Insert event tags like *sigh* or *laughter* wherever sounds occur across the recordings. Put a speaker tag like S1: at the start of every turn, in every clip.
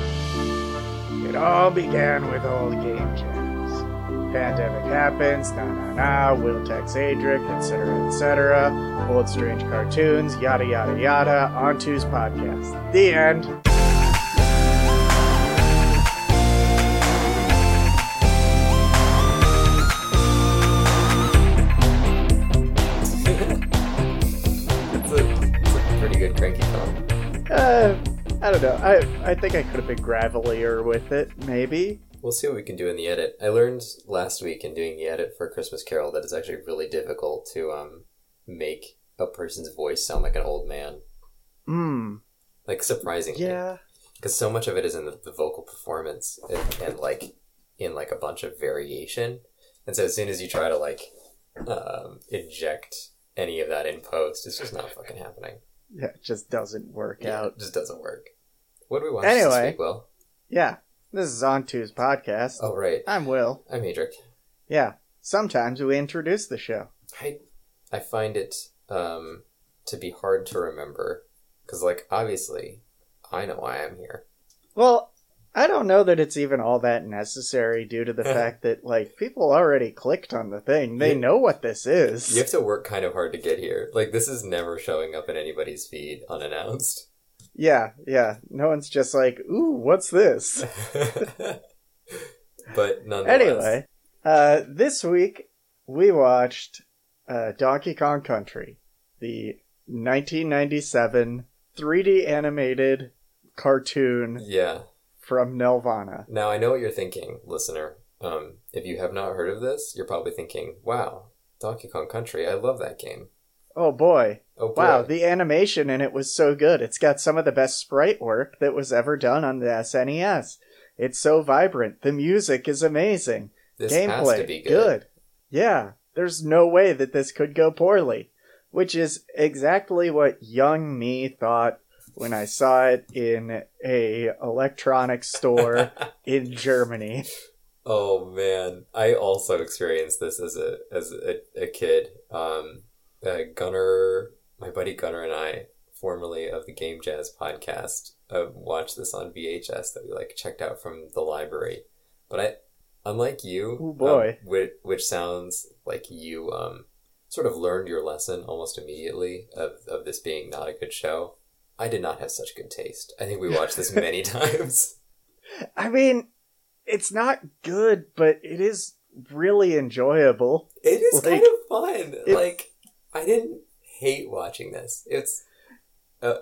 S1: It all began with old game jams. Pandemic happens, na na na, will tax Adric, etc., etc., old strange cartoons, yada yada yada, on two's podcast. The end.
S2: It's a, it's a pretty good cranky film.
S1: Uh, I don't know. I, I think I could have been gravelier with it, maybe.
S2: We'll see what we can do in the edit. I learned last week in doing the edit for Christmas Carol that it's actually really difficult to um make a person's voice sound like an old man.
S1: Hmm.
S2: Like surprisingly,
S1: Yeah.
S2: Because so much of it is in the, the vocal performance and, and like in like a bunch of variation, and so as soon as you try to like um, inject any of that in post, it's just not fucking happening.
S1: Yeah, it just doesn't work out.
S2: it just doesn't work. What do we watch
S1: Anyway.
S2: this week? Will?
S1: Yeah. This is On Two's podcast.
S2: Oh right,
S1: I'm Will.
S2: I'm Adric.
S1: Yeah. Sometimes we introduce the show.
S2: I I find it um, to be hard to remember because, like, obviously, I know why I'm here.
S1: Well, I don't know that it's even all that necessary due to the fact that, like, people already clicked on the thing. They
S2: Yeah.
S1: know what this is.
S2: You have to work kind of hard to get here. Like, this is never showing up in anybody's feed unannounced. *laughs*
S1: Yeah, yeah. No one's just like, ooh, what's
S2: *laughs*
S1: this?
S2: but nonetheless,
S1: anyway, uh, this week we watched uh, Donkey Kong Country, the 1997 3D animated cartoon
S2: yeah.
S1: from Nelvana.
S2: Now I know what you're thinking, listener. Um, if you have not heard of this, you're probably thinking, "Wow, Donkey Kong Country! I love that game."
S1: Oh boy.
S2: Oh boy.
S1: Wow, the animation in it was so good. It's got some of the best sprite work that was ever done on the SNES. It's so vibrant. The music is amazing.
S2: this
S1: Gameplay
S2: has to be *laughs*
S1: good. Yeah, there's no way that this could go poorly, which is exactly what young me thought when I saw it in a electronics
S2: *laughs*
S1: store in Germany.
S2: Oh man, I also experienced this as a as a, a kid. Um, uh, Gunner, my buddy Gunner, and I, formerly of the Game Jazz podcast, uh, watched this on VHS that we like checked out from the library. But I, unlike you, um,
S1: Oh, boy.
S2: which, which sounds like you um sort of learned your lesson almost immediately of of this being not a good show. I did not have such good taste. I think we watched this many times.
S1: I mean, it's not good, but it is really enjoyable.
S2: It is
S1: Like,
S2: kind of fun.
S1: it-
S2: like I didn't hate watching this. It's uh,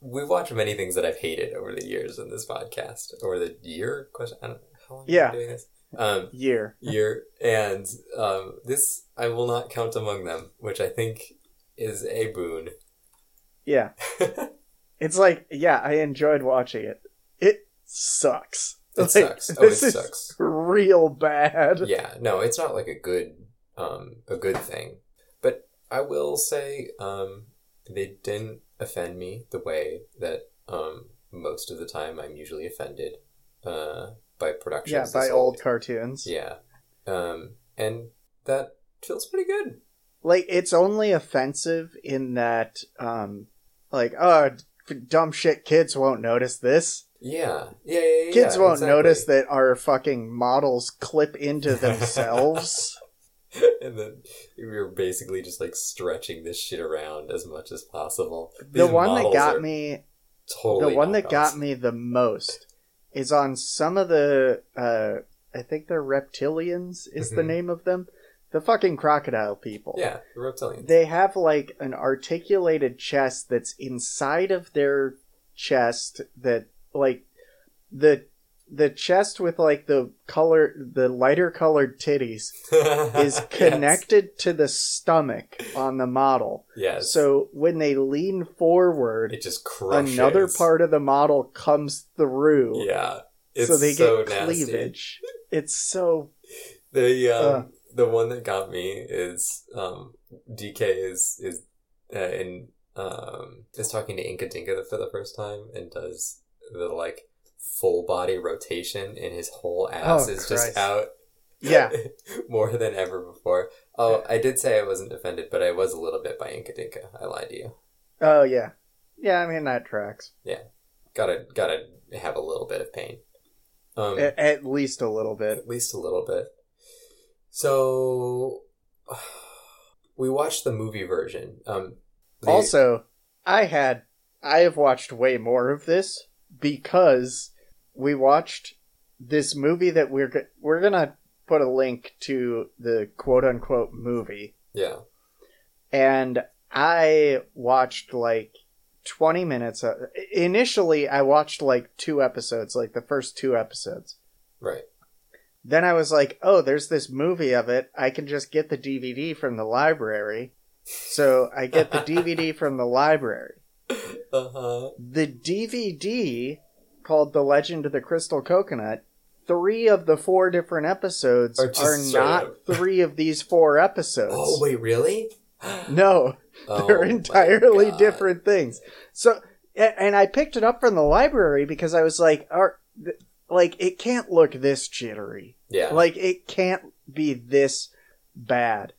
S2: we watch many things that I've hated over the years in this podcast over the year question. I don't know how long
S1: Yeah.
S2: have we been doing this. Um,
S1: year.
S2: year and um, this I will not count among them, which I think is a boon. *laughs*
S1: Yeah. it's like, yeah, I enjoyed watching it. It sucks.
S2: It
S1: Like,
S2: sucks. Oh, it
S1: this is
S2: sucks.
S1: Real bad.
S2: yeah no it's not like a good um a good thing but i will say um they didn't offend me the way that um most of the time i'm usually offended uh by production
S1: Yeah, by old cartoons.
S2: yeah um and that feels pretty good
S1: Like, it's only offensive in that, um, like, oh, d- dumb shit, kids won't notice this.
S2: yeah yeah yeah, yeah
S1: Kids
S2: yeah,
S1: won't
S2: exactly.
S1: notice that our fucking models clip into
S2: *laughs*
S1: themselves.
S2: *laughs* and then you're basically just like stretching this shit around as much as possible
S1: the
S2: These
S1: one that
S2: models
S1: got
S2: are
S1: me
S2: totally
S1: the one that got
S2: knockoffs.
S1: me the most is on some of the uh i think they're reptilians is the
S2: Mhm.
S1: name of them the fucking crocodile people
S2: yeah the reptilian
S1: they have like an articulated chest that's inside of their chest that like the the chest with like the color the lighter colored
S2: *laughs*
S1: titties is connected to the stomach on the model
S2: Yes.
S1: so when they lean forward
S2: it just crushes
S1: another part of the model comes through
S2: Yeah, it's
S1: so they
S2: so
S1: get
S2: nasty.
S1: cleavage it's so
S2: The um,
S1: Uh.
S2: the one that got me is um, DK is is uh, in um, is talking to Inka Dinka for the first time and does the like full body rotation and his whole ass
S1: Oh,
S2: is
S1: Christ.
S2: just out
S1: yeah
S2: *laughs* more than ever before. Oh, I did say I wasn't offended, but I was a little bit by Inka Dinka. I lied to you.
S1: oh yeah yeah i mean that tracks
S2: Yeah. gotta gotta have a little bit of pain. Um,
S1: at, at least a little bit.
S2: at least a little bit. So *sighs* we watched the movie version. Um, the-
S1: Also, I had I have watched way more of this because we watched this movie that we're go- we're gonna put a link to the quote unquote movie,
S2: yeah,
S1: and I watched like. 20 minutes of, initially i watched like two episodes like the first two episodes
S2: right.
S1: then i was like oh there's this movie of it i can just get the dvd from the library so i get
S2: *laughs*
S1: the dvd from the library
S2: Uh huh.
S1: the DVD called The Legend of the Crystal Coconut, three of the four different episodes
S2: Are
S1: are,
S2: just straight *laughs*
S1: not
S2: up.
S1: three of these four episodes.
S2: Oh
S1: *gasps*
S2: wait, really?
S1: No,
S2: Oh,
S1: they're
S2: my
S1: entirely
S2: God.
S1: different things. So, a- and I picked it up from the library because I was like, are, th- like, it can't look this jittery.
S2: Yeah.
S1: Like, it can't be this bad.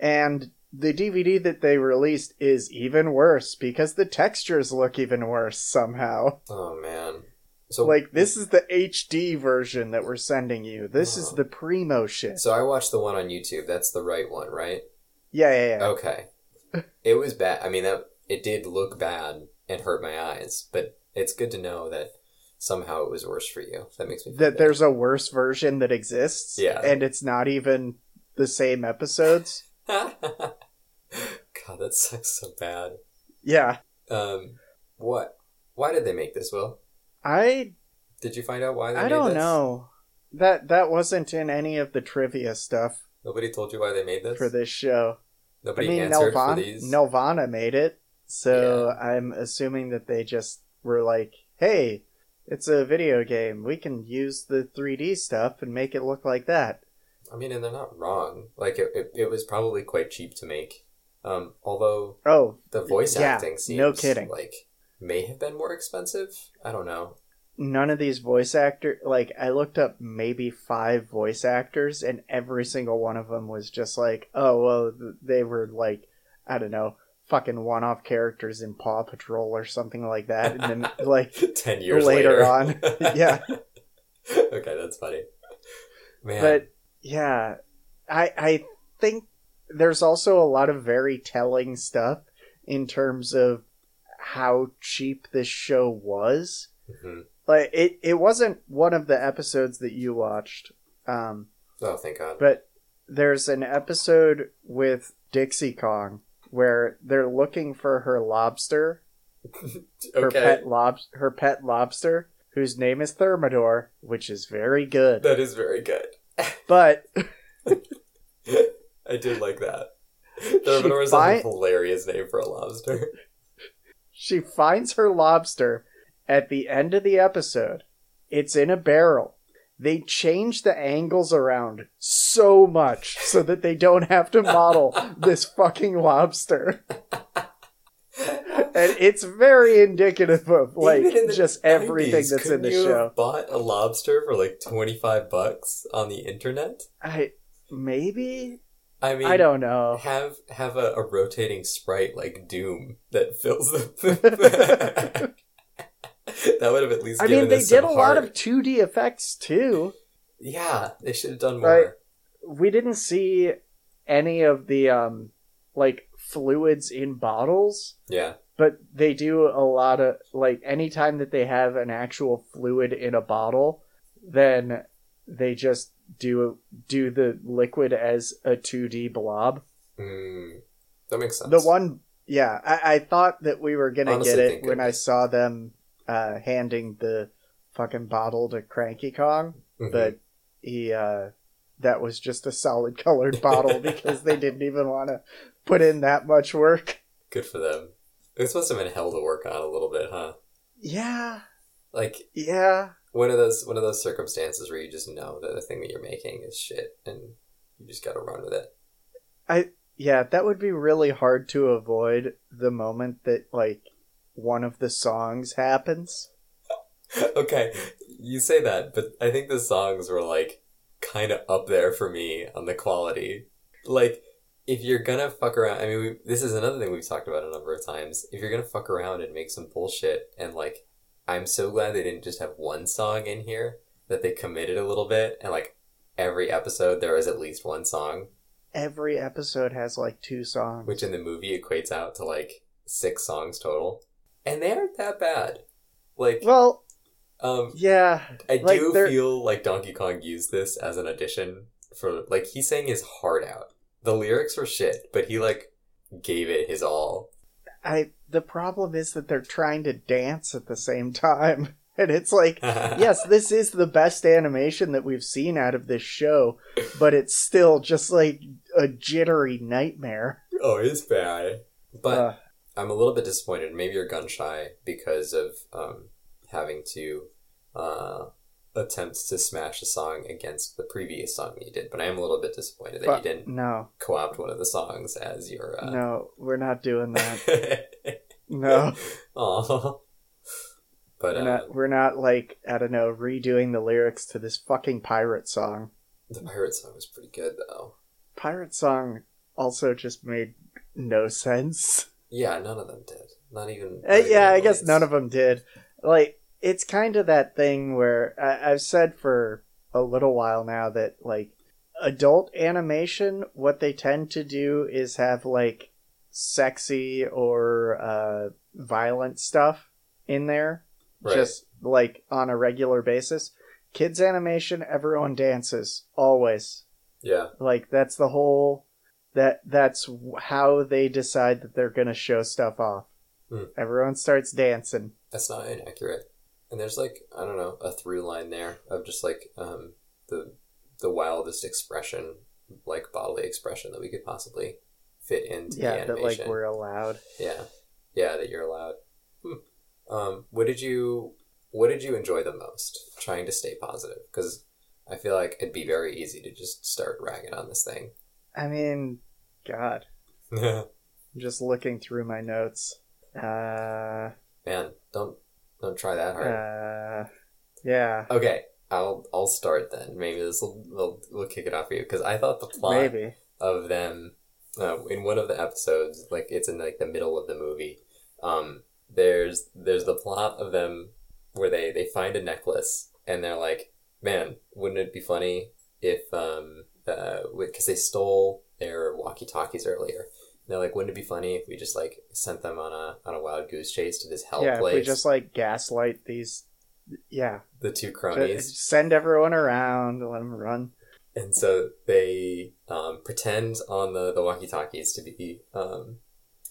S1: And the DVD that they released is even worse because the textures look even worse somehow.
S2: oh man. So
S1: Like this is the HD version that we're sending you. This is
S2: Oh.
S1: the primo shit.
S2: So I watched the one on YouTube. That's the right one, right?
S1: Yeah, yeah, yeah.
S2: Okay. It was bad. I mean, that it did look bad and hurt my eyes, but it's good to know that somehow it was worse for you. That makes me feel
S1: That
S2: better.
S1: there's a worse version that exists.
S2: Yeah.
S1: and it's not even the same episodes.
S2: *laughs* God, that sucks so bad.
S1: yeah,
S2: Um, what? Why did they make this? Will
S1: I
S2: did you find out why they
S1: I
S2: made
S1: don't
S2: this?
S1: know. That that wasn't in any of the trivia stuff
S2: Nobody told you why they made this.
S1: for this show.
S2: Nobody
S1: I mean,
S2: answered for
S1: Nelvana,
S2: these.
S1: Nelvana made it, so I'm assuming that they just were like, "Hey, it's a video game. We can use the 3D stuff and make it look like that."
S2: I mean, and they're not wrong. Like it, it, it was probably quite cheap to make. Um, although
S1: Oh,
S2: the voice
S1: Yeah,
S2: acting seems
S1: no kidding.
S2: like may have been more expensive. I don't know.
S1: none of these voice actor like I looked up maybe five voice actors and every single one of them was just like, oh well, th- they were like, I don't know, fucking one-off characters in Paw Patrol or something like that, and then
S2: *laughs*
S1: like
S2: Ten years
S1: Later
S2: later,
S1: on. Yeah.
S2: *laughs* okay, that's funny. Man,
S1: But yeah, I I think there's also a lot of very telling stuff in terms of how cheap this show was.
S2: Mhm.
S1: Like it it wasn't one of the episodes that you watched. Um
S2: oh, thank God.
S1: but there's an episode with Dixie Kong where they're looking for her lobster, her
S2: okay,
S1: pet lob her pet lobster whose name is Thermidor, which is very good.
S2: that is very good.
S1: But
S2: I did like that.
S1: *laughs*
S2: Thermidor is
S1: fi-
S2: a hilarious name for a lobster. *laughs*
S1: She finds her lobster at the end of the episode. It's in a barrel. They change the angles around so much so that they don't have to model this fucking lobster. And it's very indicative of like
S2: Even in the
S1: just everything
S2: 90s,
S1: that's in
S2: couldn't
S1: the
S2: you have
S1: show.
S2: Bought a lobster for like twenty five bucks on the internet.
S1: I maybe
S2: I mean,
S1: I don't know.
S2: have have a, a rotating sprite like Doom that
S1: *laughs*
S2: fills the. *laughs* that would have at least.
S1: I
S2: given
S1: mean, they
S2: this
S1: did a
S2: some
S1: lot
S2: heart.
S1: of 2D effects too.
S2: Yeah, they should have done more.
S1: Right. we didn't see any of the um like fluids in bottles
S2: Yeah,
S1: but they do a lot of like anytime that they have an actual fluid in a bottle then they just do do the liquid as a 2d blob
S2: mm, that makes sense.
S1: the one yeah i, I thought that we were gonna
S2: Honestly,
S1: get it
S2: thank
S1: when i
S2: goodness.
S1: saw them uh handing the fucking bottle to cranky kong
S2: Mhm.
S1: but he uh that was just a solid colored bottle because they didn't even want to put in that much work
S2: good for them. This must have been hell to work on a little bit, huh?
S1: yeah
S2: Like
S1: yeah
S2: one of those one of those circumstances where you just know that the thing that you're making is shit, and you just got to run with it.
S1: yeah that would be really hard to avoid the moment that like one of the songs happens
S2: *laughs* okay, you say that, but I think the songs were like kind of up there for me on the quality. Like, if you're gonna fuck around, I mean, we, this is another thing we've talked about a number of times. If you're gonna fuck around and make some bullshit and like I'm so glad they didn't just have one song in here, that they committed a little bit, and like every episode there is at least one song,
S1: Every episode has like two songs.
S2: which in the movie equates out to like six songs total. And they aren't that bad. Like,
S1: Well,
S2: um,
S1: yeah,
S2: I
S1: like,
S2: do
S1: they're-
S2: feel like Donkey Kong used this as an audition for, like, he sang his heart out. The lyrics were shit, but he, like, gave it his all. *laughs*
S1: I the problem is that they're trying to dance at the same time. *laughs* And it's like, yes, this is the best animation that we've seen out of this show, but it's still just like a jittery nightmare.
S2: Oh, it's bad. But
S1: Uh,
S2: I'm a little bit disappointed. Maybe you're gun shy because of um, having to uh, attempt to smash a song against the previous song that you did. But I am a little bit disappointed that
S1: but
S2: you didn't
S1: no,
S2: co-opt one of the songs as your. Uh...
S1: no, we're not doing that.
S2: *laughs*
S1: No,
S2: Aw. But
S1: we're
S2: uh,
S1: not, we're not like I don't know redoing the lyrics to this fucking pirate song.
S2: the pirate song was pretty good though.
S1: Pirate song also just made no sense.
S2: Yeah, none of them did. Not even.
S1: Uh,
S2: not
S1: yeah, I
S2: even
S1: guess
S2: Blaze.
S1: none of them did. Like, it's kind of that thing where I- I've said for a little while now that, like, adult animation, what they tend to do is have, like, sexy or uh, violent stuff in there,
S2: Right.
S1: just, like, on a regular basis. Kids' animation, everyone dances, always
S2: Yeah.
S1: like that's the whole that that's w- how they decide that they're going to show stuff off
S2: Hmm.
S1: everyone starts dancing
S2: that's not inaccurate. And there's like I don't know a through line there of just like um, the the wildest expression, like bodily expression that we could possibly fit into the
S1: yeah that
S2: animation.
S1: like we're allowed
S2: Yeah, yeah, that you're allowed. Hmm. Um, what did you What did you enjoy the most? Trying to stay positive because I feel like it'd be very easy to just start ragging on this thing. *laughs*
S1: i mean god i'm just looking through my notes uh
S2: Man, don't don't try that hard.
S1: uh yeah
S2: Okay, I'll I'll start then. Maybe this will will will kick it off for you because I thought the plot
S1: maybe
S2: of them uh, in one of the episodes, like it's in like the middle of the movie. Um, there's there's the plot of them where they they find a necklace and they're like, man, wouldn't it be funny if um uh because they stole their walkie talkies earlier. And They're like, wouldn't it be funny if we just like sent them on a on a wild goose chase to this hell
S1: yeah
S2: place?
S1: if we just like gaslight these yeah
S2: the two
S1: ju-
S2: cronies.
S1: send everyone around let them run
S2: And so they um, pretend on the, the walkie talkies to be um,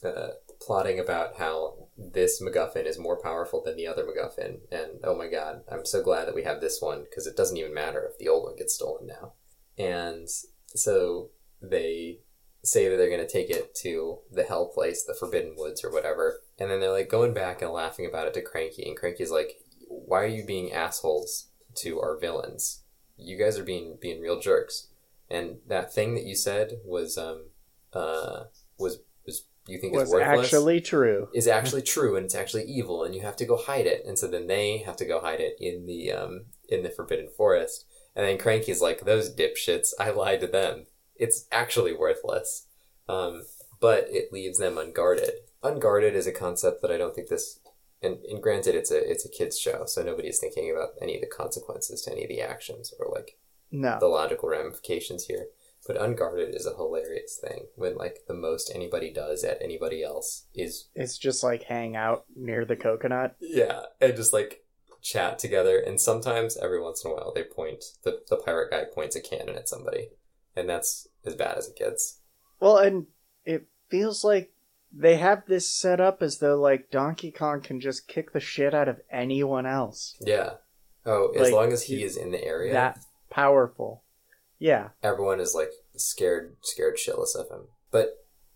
S2: uh, plotting about how this MacGuffin is more powerful than the other MacGuffin. And oh my god, I'm so glad that we have this one because it doesn't even matter if the old one gets stolen now. And so they say that they're going to take it to the hell place, the Forbidden Woods or whatever. And then they're like going back and laughing about it to Cranky. And Cranky's like, why are you being assholes to our villains? you guys are being being real jerks. And that thing that you said was um uh was was you think is
S1: was
S2: worthless
S1: actually true
S2: is actually true and it's actually evil and you have to go hide it. And so then they have to go hide it in the um in the forbidden forest. And then Cranky's like, Those dipshits, I lied to them. It's actually worthless. Um but it leaves them unguarded. Unguarded is a concept that I don't think this and, and granted it's a it's a kids show, so nobody's thinking about any of the consequences to any of the actions or like
S1: no
S2: the logical ramifications here. But unguarded is a hilarious thing when like the most anybody does at anybody else is
S1: it's just like hang out near the coconut
S2: yeah, and just like chat together. And sometimes every once in a while they point the, the pirate guy points a cannon at somebody, and that's as bad as it gets.
S1: Well, and it feels like they have this set up as though like Donkey Kong can just kick the shit out of anyone else.
S2: Yeah. Oh, as
S1: Like,
S2: long as he
S1: you-
S2: is in the area,
S1: That powerful. Yeah.
S2: everyone is like scared, scared shitless of him. But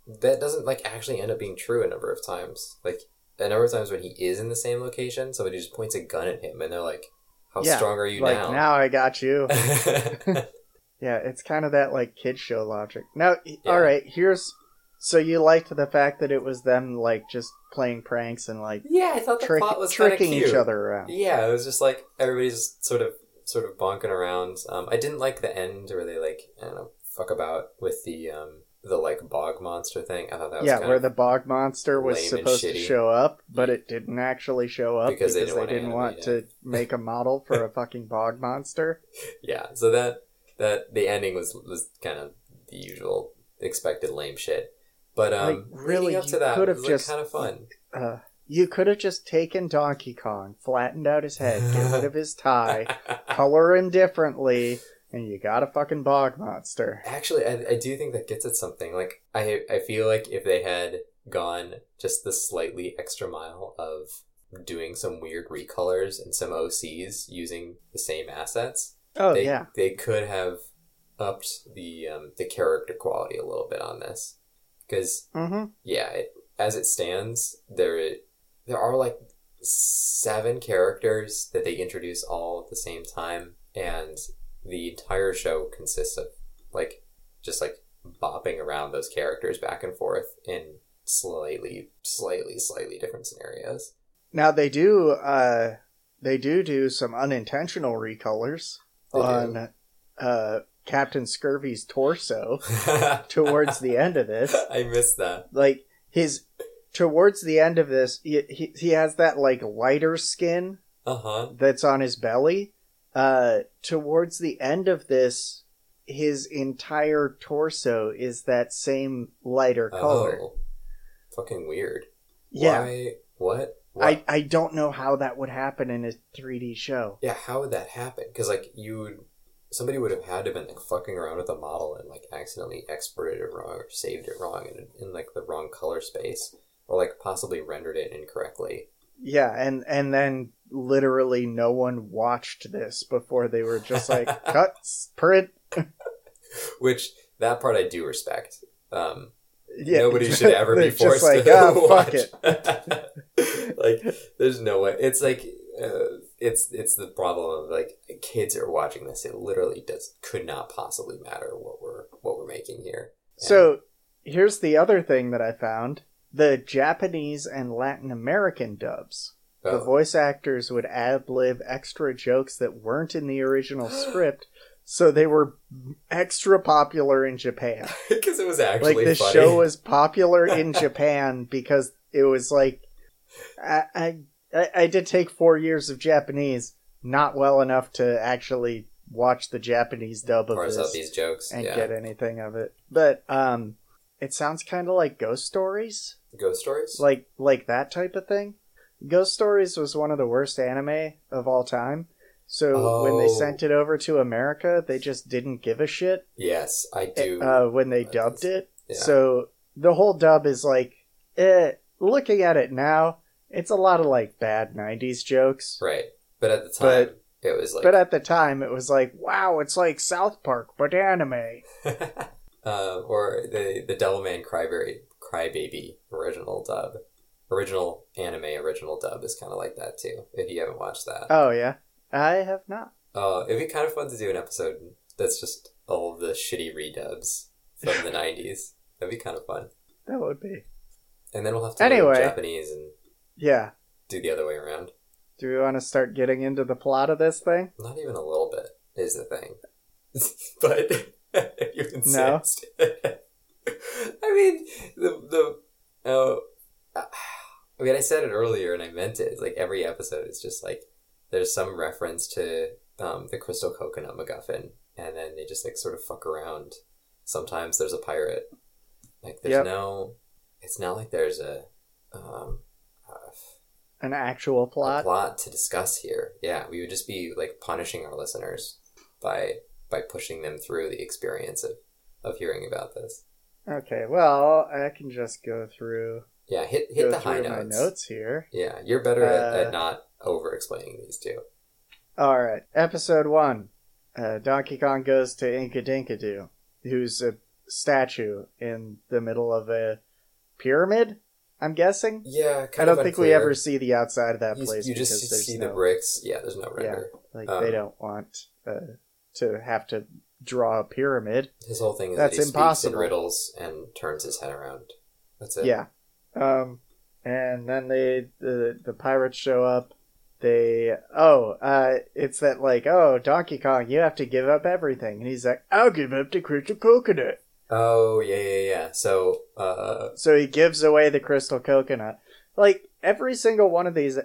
S2: that doesn't like actually end up being true a number of times. Like a number of times when he is in the same location, somebody just points a gun at him, and they're like, "How
S1: Yeah,
S2: strong are you
S1: like
S2: now?"
S1: now. I got you. *laughs* yeah, it's kind of that like kid show logic. Now, all right, here's so you liked the fact that it was them like just playing pranks and like
S2: *laughs* yeah, I thought the
S1: trick-
S2: plot was kinda
S1: tricking
S2: cute.
S1: each other around.
S2: Yeah, it was just like everybody's sort of sort of bonking around. Um, I didn't like the end where they like I don't know fuck about with the um the like bog monster thing. I thought that was
S1: yeah,
S2: kind
S1: where
S2: of,
S1: the bog monster was
S2: lame and
S1: supposed to
S2: shitty.
S1: show up, but it didn't actually show up
S2: Because
S1: because,
S2: they
S1: they
S2: didn't
S1: didn't,
S2: wanna
S1: want
S2: animate
S1: to make a model for
S2: *laughs*
S1: a fucking bog monster.
S2: yeah. So that that the ending was was kind of the usual expected lame shit. But um,
S1: Like, really,
S2: leading up
S1: you
S2: to that
S1: could
S2: it
S1: have
S2: was
S1: just-
S2: kind of fun. *laughs*
S1: Uh, you could have just taken Donkey Kong, flattened out his head, get rid of his
S2: *laughs*
S1: tie, color him differently, and you got a fucking bog monster.
S2: Actually, I, I do think that gets at something. Like, I I feel like if they had gone just the slightly extra mile of doing some weird recolors and some OCs using the same assets,
S1: Oh
S2: they
S1: yeah,
S2: they could have upped the um, the character quality a little bit on this because
S1: mm-hmm.
S2: yeah, it, as it stands, there there are like seven characters that they introduce all at the same time, and the entire show consists of like just like bopping around those characters back and forth in slightly, slightly, slightly different scenarios.
S1: Now they do, uh, they do do some unintentional recolors
S2: They do.
S1: on uh, Captain Scurvy's torso
S2: Towards
S1: towards the end of this.
S2: *laughs* I missed that.
S1: like his towards the end of this he, he, he has that like lighter skin
S2: Uh huh.
S1: that's on his belly uh towards the end of this his entire torso is that same lighter color
S2: Oh, fucking weird.
S1: yeah
S2: Why? What? Why?
S1: I, I don't know how that would happen in a 3d show
S2: Yeah, how would that happen? Because like you, would, somebody would have had to been like fucking around with a model and like accidentally exported it wrong or saved it wrong in, in like the wrong color space or like possibly rendered it incorrectly.
S1: yeah and and then literally no one watched this before they were just
S2: *laughs*
S1: like cuts print
S2: Which that part I do respect. Um,
S1: yeah *laughs*
S2: Nobody should ever be
S1: It's
S2: forced
S1: just like
S2: to *laughs*
S1: ah,
S2: watch.
S1: fuck it
S2: *laughs* like, there's no way. It's like uh, it's it's the problem of like kids are watching this. It literally does could not possibly matter what we're what we're making here. And-
S1: So here's the other thing that I found the Japanese and Latin American dubs. The
S2: oh.
S1: voice actors would ad lib extra jokes that weren't in the
S2: *gasps*
S1: original script, so they were extra popular in Japan.
S2: because it was
S1: Like,
S2: *laughs* actually
S1: this
S2: funny.
S1: show
S2: *laughs*
S1: was popular in Japan because it was like. I, I, I- I did take four years of Japanese, not well enough to actually watch the Japanese dub of
S2: parse out
S1: this
S2: these jokes.
S1: and
S2: yeah.
S1: get anything of it. But um it sounds kind of like ghost stories,
S2: Ghost stories?
S1: like like that type of thing. Ghost Stories was one of the worst anime of all time. So when they
S2: Oh.
S1: sent it over to America, they just didn't give a shit
S2: yes, I do.
S1: uh, when they
S2: That
S1: dubbed
S2: is-
S1: it.
S2: yeah.
S1: So the whole dub is like, eh, looking at it now, it's a lot of like bad '90s jokes.
S2: right. But at the time, it was like.
S1: But at the time, it was like, wow, it's like South Park but anime.
S2: uh, or the, the Devilman Cryberry, Crybaby original dub. Original anime original dub is kind of like that too, if you haven't watched that.
S1: Oh yeah, I have not.
S2: Uh, it'd be kind of fun to do an episode that's just all of the shitty redubs from
S1: *laughs*
S2: the 90s. That'd be kind of fun.
S1: That would be.
S2: And then we'll have to learn
S1: Anyway.
S2: Japanese and
S1: Yeah.
S2: do the other way around.
S1: Do we want to start getting into the plot of this thing?
S2: Not even a little bit is the thing. *laughs* but *laughs* if you
S1: No.
S2: insist. *laughs* I mean, the the oh, I mean, I said it earlier and I meant it. It's like every episode is just like there's some reference to um, the crystal coconut MacGuffin, and then they just like sort of fuck around. Sometimes there's a pirate. Like there's
S1: Yep.
S2: no. It's not like there's a. Um, a
S1: An actual
S2: a
S1: plot?
S2: plot to discuss here. Yeah, we would just be like punishing our listeners by by pushing them through the experience of of hearing about this.
S1: Okay, well, I can just go through
S2: Yeah, hit hit
S1: go
S2: the high
S1: through my
S2: notes.
S1: notes here.
S2: Yeah, you're better at,
S1: Uh,
S2: at not over explaining these two.
S1: All right, episode one. Uh, Donkey Kong goes to Inka Dinkadoo, who's a statue in the middle of a pyramid. I'm guessing.
S2: Yeah,
S1: I
S2: kind
S1: don't
S2: of
S1: think we
S2: unclear.
S1: ever see the outside of that
S2: You,
S1: place
S2: you just
S1: because there's
S2: see
S1: no
S2: the bricks. Yeah, there's no render.
S1: like
S2: um,
S1: they don't want uh, to have to draw a pyramid.
S2: His whole thing is
S1: That's
S2: that he speaks in
S1: impossible.
S2: riddles and turns his head around. That's it.
S1: Yeah. Um, and then they the the pirates show up. They oh uh, it's that like oh Donkey Kong, you have to give up everything, and he's like, I'll give up the crystal coconut.
S2: Oh yeah, yeah, yeah. So uh,
S1: So he gives away the crystal coconut. Like every single one of these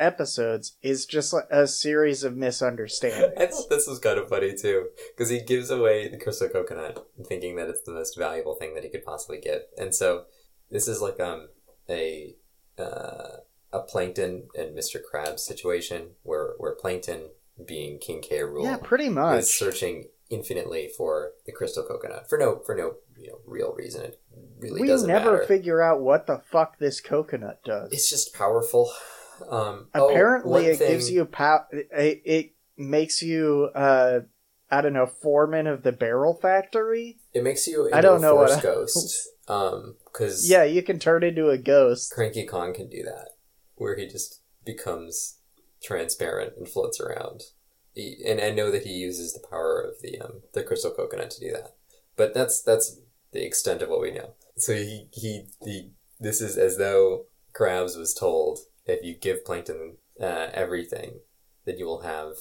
S1: episodes is just like a series of misunderstandings.
S2: *laughs* I thought this was kind of funny too, because he gives away the crystal coconut, thinking that it's the most valuable thing that he could possibly give, and so this is like um a uh, a plankton and Mr. Krabs situation where where plankton being King K. Rule
S1: yeah, pretty
S2: is
S1: much.
S2: searching infinitely for the crystal coconut for no for no you know real reason. It really
S1: we
S2: doesn't
S1: never
S2: matter.
S1: figure out what the fuck this coconut does.
S2: it's just powerful. Um, oh,
S1: Apparently,
S2: one
S1: it
S2: thing-
S1: gives you pow- it, it makes you uh I don't know foreman of the barrel factory.
S2: It makes you. Into
S1: I don't
S2: a
S1: know what else.
S2: force
S1: *laughs*
S2: ghost. Um, because
S1: Yeah, you can turn into a ghost.
S2: Cranky Kong can do that, where he just becomes transparent and floats around. He, and I know that he uses the power of the um, the crystal coconut to do that, but that's that's the extent of what we know. So he he the this is as though Krabs was told if you give Plankton uh, everything, then you will have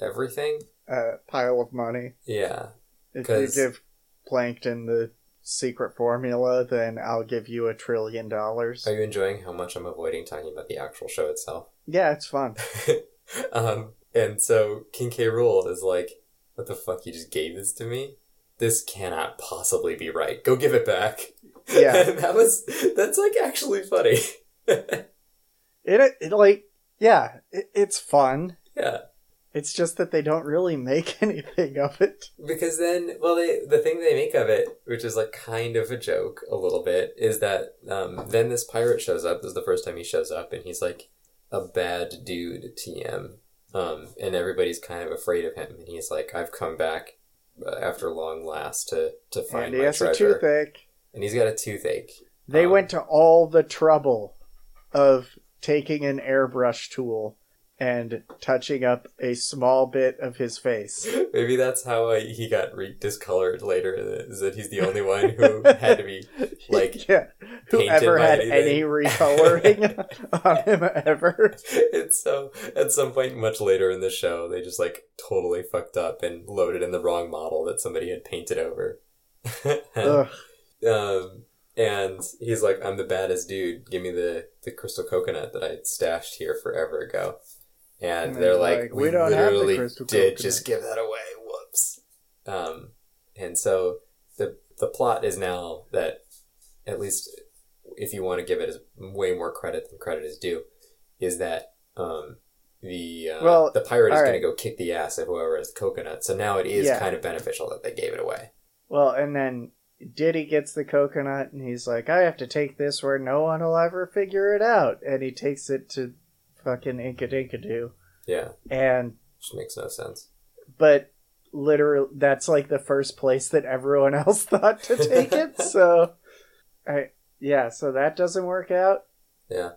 S2: everything.
S1: Uh, pile of money.
S2: Yeah,
S1: If
S2: 'Cause-
S1: you give Plankton the secret formula, then I'll give you a trillion dollars.
S2: Are you enjoying how much I'm avoiding talking about the actual show itself?
S1: Yeah, it's fun.
S2: *laughs* um, and so King K. Rule is like, what the fuck, you just gave this to me? This cannot possibly be right. Go give it back.
S1: Yeah.
S2: *laughs* And that was, that's like actually funny. *laughs*
S1: It, it like yeah, it, it's fun.
S2: yeah.
S1: It's just that they don't really make *laughs* anything of it.
S2: Because then, well, they, the thing they make of it, which is like kind of a joke a little bit, is that um, then this pirate shows up. This is the first time he shows up, and he's like a bad dude, TM. Um, and everybody's kind of afraid of him. And he's like, I've come back uh, after long last to, to find
S1: and he
S2: my
S1: has a
S2: treasure.
S1: toothache.
S2: and he's got a toothache.
S1: They
S2: Um,
S1: went to all the trouble of taking an airbrush tool and touching up a small bit of his face.
S2: Maybe that's how uh, he got re- discolored later, is that he's the only one who had to be,
S1: *laughs*
S2: like,
S1: yeah, whoever
S2: by
S1: had
S2: anything.
S1: any
S2: *laughs*
S1: recoloring *laughs* on him ever.
S2: it's so at some point much later in the show they just like totally fucked up and loaded in the wrong model that somebody had painted over *laughs*
S1: Ugh.
S2: um, and he's like i'm the baddest dude give me the, the crystal coconut that i stashed here forever ago and,
S1: And
S2: they're
S1: they're
S2: like,
S1: like,
S2: we,
S1: "We don't have the
S2: literally
S1: crystal
S2: did
S1: coconut."
S2: just give that away whoops um, and so the the plot is now that at least if you want to give it as way more credit than credit is due, is that um, the uh,
S1: Well,
S2: the pirate is
S1: all
S2: going
S1: right.
S2: to go kick the ass of whoever has the coconut. So now it is
S1: Yeah.
S2: kind of beneficial that they gave it away.
S1: Well, and then Diddy gets the coconut and he's like, I have to take this where no one will ever figure it out. And he takes it to fucking Inkadinkadoo.
S2: Yeah,
S1: And
S2: which makes no sense.
S1: but literally that's like the first place that everyone *laughs* else thought to take it so i yeah so that doesn't work out
S2: Yeah.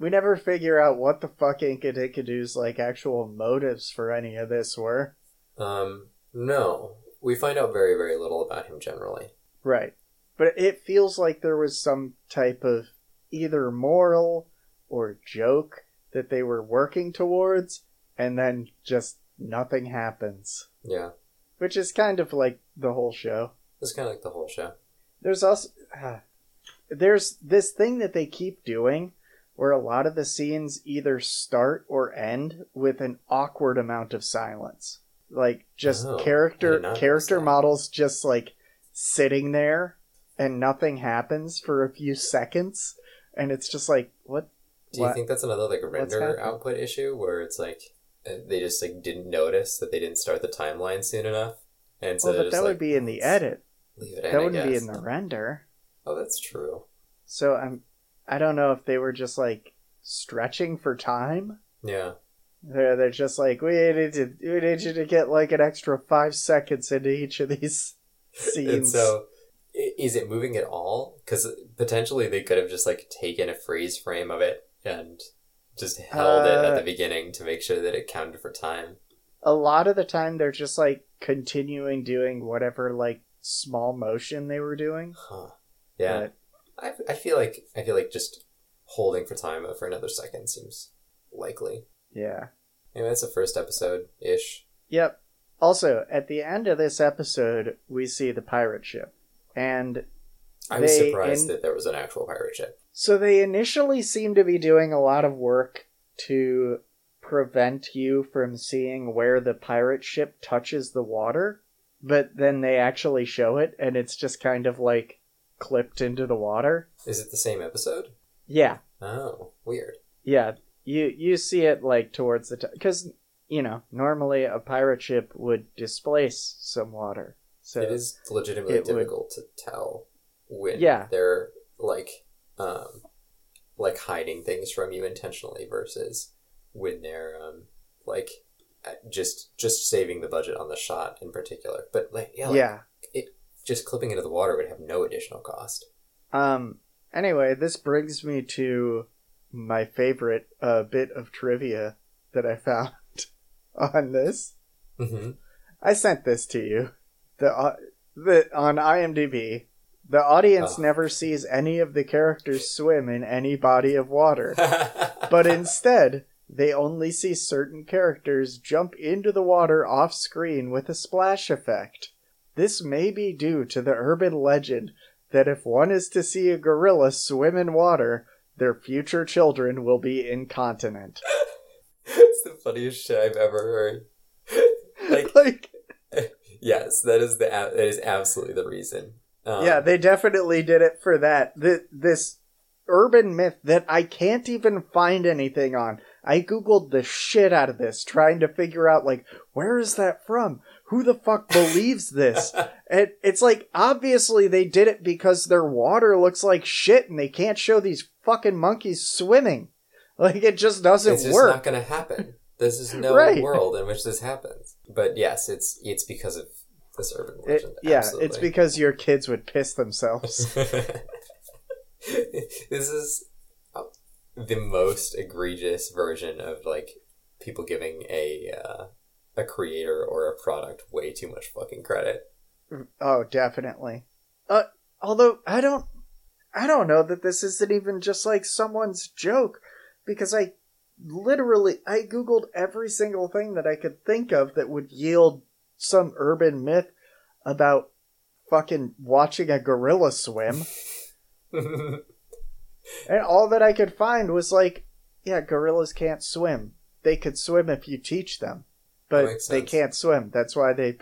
S1: we never figure out what the fuck inkadinkadoos like actual motives for any of this were
S2: Um, no, we find out very very little about him generally.
S1: right but it feels like there was some type of either moral or joke that they were working towards and then just nothing happens
S2: Yeah,
S1: which is kind of like the whole show
S2: it's kind of like the whole show.
S1: there's also *sighs* uh, there's this thing that they keep doing where a lot of the scenes either start or end with an awkward amount of silence like just
S2: Oh, I
S1: character
S2: did not notice
S1: character
S2: that.
S1: models just like sitting there and nothing happens for a few seconds and it's just like what
S2: Do you
S1: What-
S2: think that's another like
S1: what's
S2: render
S1: happening?
S2: output issue where it's like uh, they just like didn't notice that they didn't start the timeline soon enough, and so
S1: well
S2: they're
S1: but
S2: just
S1: that
S2: like,
S1: would be in the
S2: "Let's
S1: edit
S2: Leave it in,
S1: that
S2: I
S1: wouldn't be
S2: guess."
S1: in the render
S2: Oh, that's true.
S1: so i'm i don't know if they were just like stretching for time
S2: Yeah.
S1: They're, they're just like, we need, to, we need you to get like an extra five seconds into each of these
S2: And
S1: scenes.
S2: so, i- is it moving at all? Because potentially they could have just like taken a freeze frame of it and just held it at
S1: Uh,
S2: the beginning to make sure that it counted for time.
S1: a lot of the time, they're just like continuing doing whatever like small motion they were doing.
S2: Huh. Yeah.
S1: But
S2: I, I feel like I feel like just holding for time for another second seems likely.
S1: yeah.
S2: Anyway, that's the first episode ish.
S1: Yep. Also, at the end of this episode, we see the pirate ship. and
S2: I was
S1: They-
S2: surprised
S1: and-
S2: that there was an actual pirate ship.
S1: So they initially seem to be doing a lot of work to prevent you from seeing where the pirate ship touches the water, but then they actually show it and it's just kind of like clipped into the water.
S2: Is it the same episode?
S1: Yeah.
S2: Oh, weird.
S1: Yeah. You you see it like towards the top cuz you know, normally a pirate ship would displace some water. So
S2: it is legitimately
S1: it would-
S2: difficult to tell when
S1: Yeah.
S2: they're like um like hiding things from you intentionally versus when they're um like at- just just saving the budget on the shot in particular. But like yeah, like,
S1: yeah.
S2: just clipping into the water would have no additional cost.
S1: Um. Anyway, this brings me to my favorite uh, bit of trivia that I found *laughs* on this.
S2: hmm
S1: I sent this to you. The uh, the on IMDb, the audience
S2: Oh.
S1: never sees any of the characters swim in any body of water,
S2: *laughs*
S1: but instead they only see certain characters jump into the water off screen with a splash effect. This may be due to the urban legend that if one is to see a gorilla swim in water, their future children will be incontinent. *laughs*
S2: it's the funniest shit I've ever heard. like
S1: like,
S2: yes, that is the a- that is absolutely the reason. Um,
S1: yeah, they definitely did it for that. Th- this urban myth that I can't even find anything on. I googled the shit out of this, trying to figure out like where is that from? Who the
S2: *laughs*
S1: fuck believes this? And it's like obviously they did it because their water looks like shit and they can't show these fucking monkeys swimming. Like it just doesn't
S2: it's just
S1: work.
S2: not going to happen. This is no
S1: Right.
S2: world in which this happens. But yes, it's it's because of this urban
S1: It-
S2: legend.
S1: yeah, it's
S2: absolutely.
S1: because your kids would piss themselves.
S2: *laughs* this is uh, the most egregious version of like people giving a uh, a creator or a product way too much fucking credit. *laughs*
S1: oh, definitely. Uh, although I don't, I don't know that this isn't even just like someone's joke, because I literally I googled every single thing that I could think of that would yield some urban myth about fucking watching a gorilla swim. And all that I could find was like, yeah, gorillas can't swim. They could swim if you teach them, but
S2: Makes
S1: they
S2: sense.
S1: can't swim. That's why they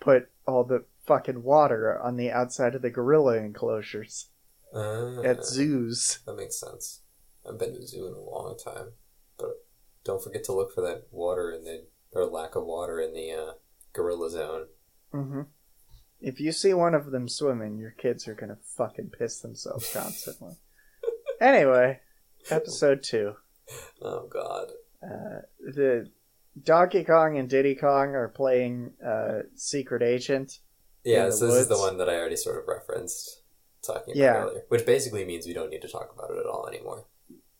S1: put all the fucking water on the outside of the gorilla
S2: *laughs*
S1: enclosures
S2: Ah,
S1: at zoos.
S2: that makes sense. I have been to a zoo in a long time, but don't forget to look for that water in the or lack of water in the uh, gorilla zone.
S1: hmm If you see one of them swimming, your kids are gonna fucking piss themselves
S2: *laughs*
S1: constantly. anyway, episode two.
S2: Oh God.
S1: Uh, the Donkey Kong and Diddy Kong are playing uh, secret agent.
S2: Yeah,
S1: the
S2: so this is the
S1: woods.
S2: one that I already sort of referenced talking about
S1: Yeah.
S2: earlier, which basically means we don't need to talk about it at all anymore.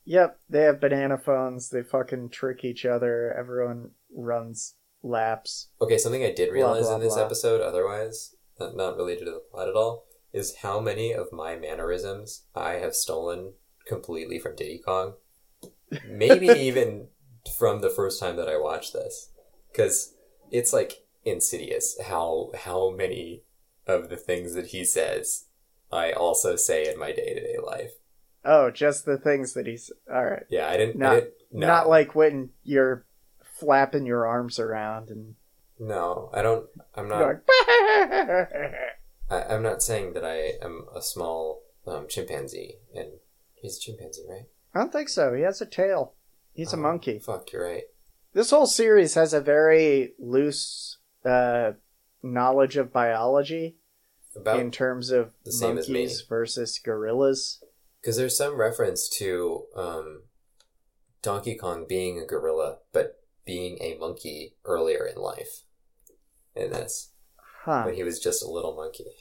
S1: Yep, they have banana phones. They fucking trick each other. Everyone runs laps.
S2: Okay, something I did
S1: Blah,
S2: realize
S1: blah,
S2: in this
S1: blah.
S2: episode, otherwise, not, not related to the plot at all, is how many of my mannerisms I have stolen completely from Diddy Kong.
S1: *laughs*
S2: Maybe even from the first time that I watched this. Because it's like insidious how how many of the things that he says I also say in my day to day life.
S1: Oh, just the things that he's all right.
S2: Yeah, I didn't. I
S1: Not-
S2: didn't- no,
S1: Not like when you're flapping your arms around and
S2: No, I don't. I'm not.
S1: *laughs* you're like.
S2: I, I'm not saying that I am a small um, chimpanzee, and he's a chimpanzee, right?
S1: I don't think so. He has a tail. He's a
S2: Oh,
S1: monkey.
S2: Fuck, you're right.
S1: This whole series has a very loose uh, knowledge of biology in
S2: About
S1: terms of
S2: the same as me.
S1: monkeys versus gorillas.
S2: because there's some reference to um, Donkey Kong being a gorilla, but being a monkey earlier in life. In this,
S1: Huh.
S2: when he was just a little monkey.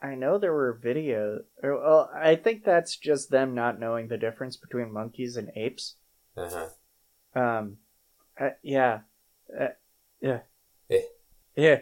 S1: I know there were videos. Well, I think that's just them not knowing the difference between monkeys and apes.
S2: Uh huh.
S1: Um, uh, yeah, uh, yeah,
S2: Eh.
S1: yeah.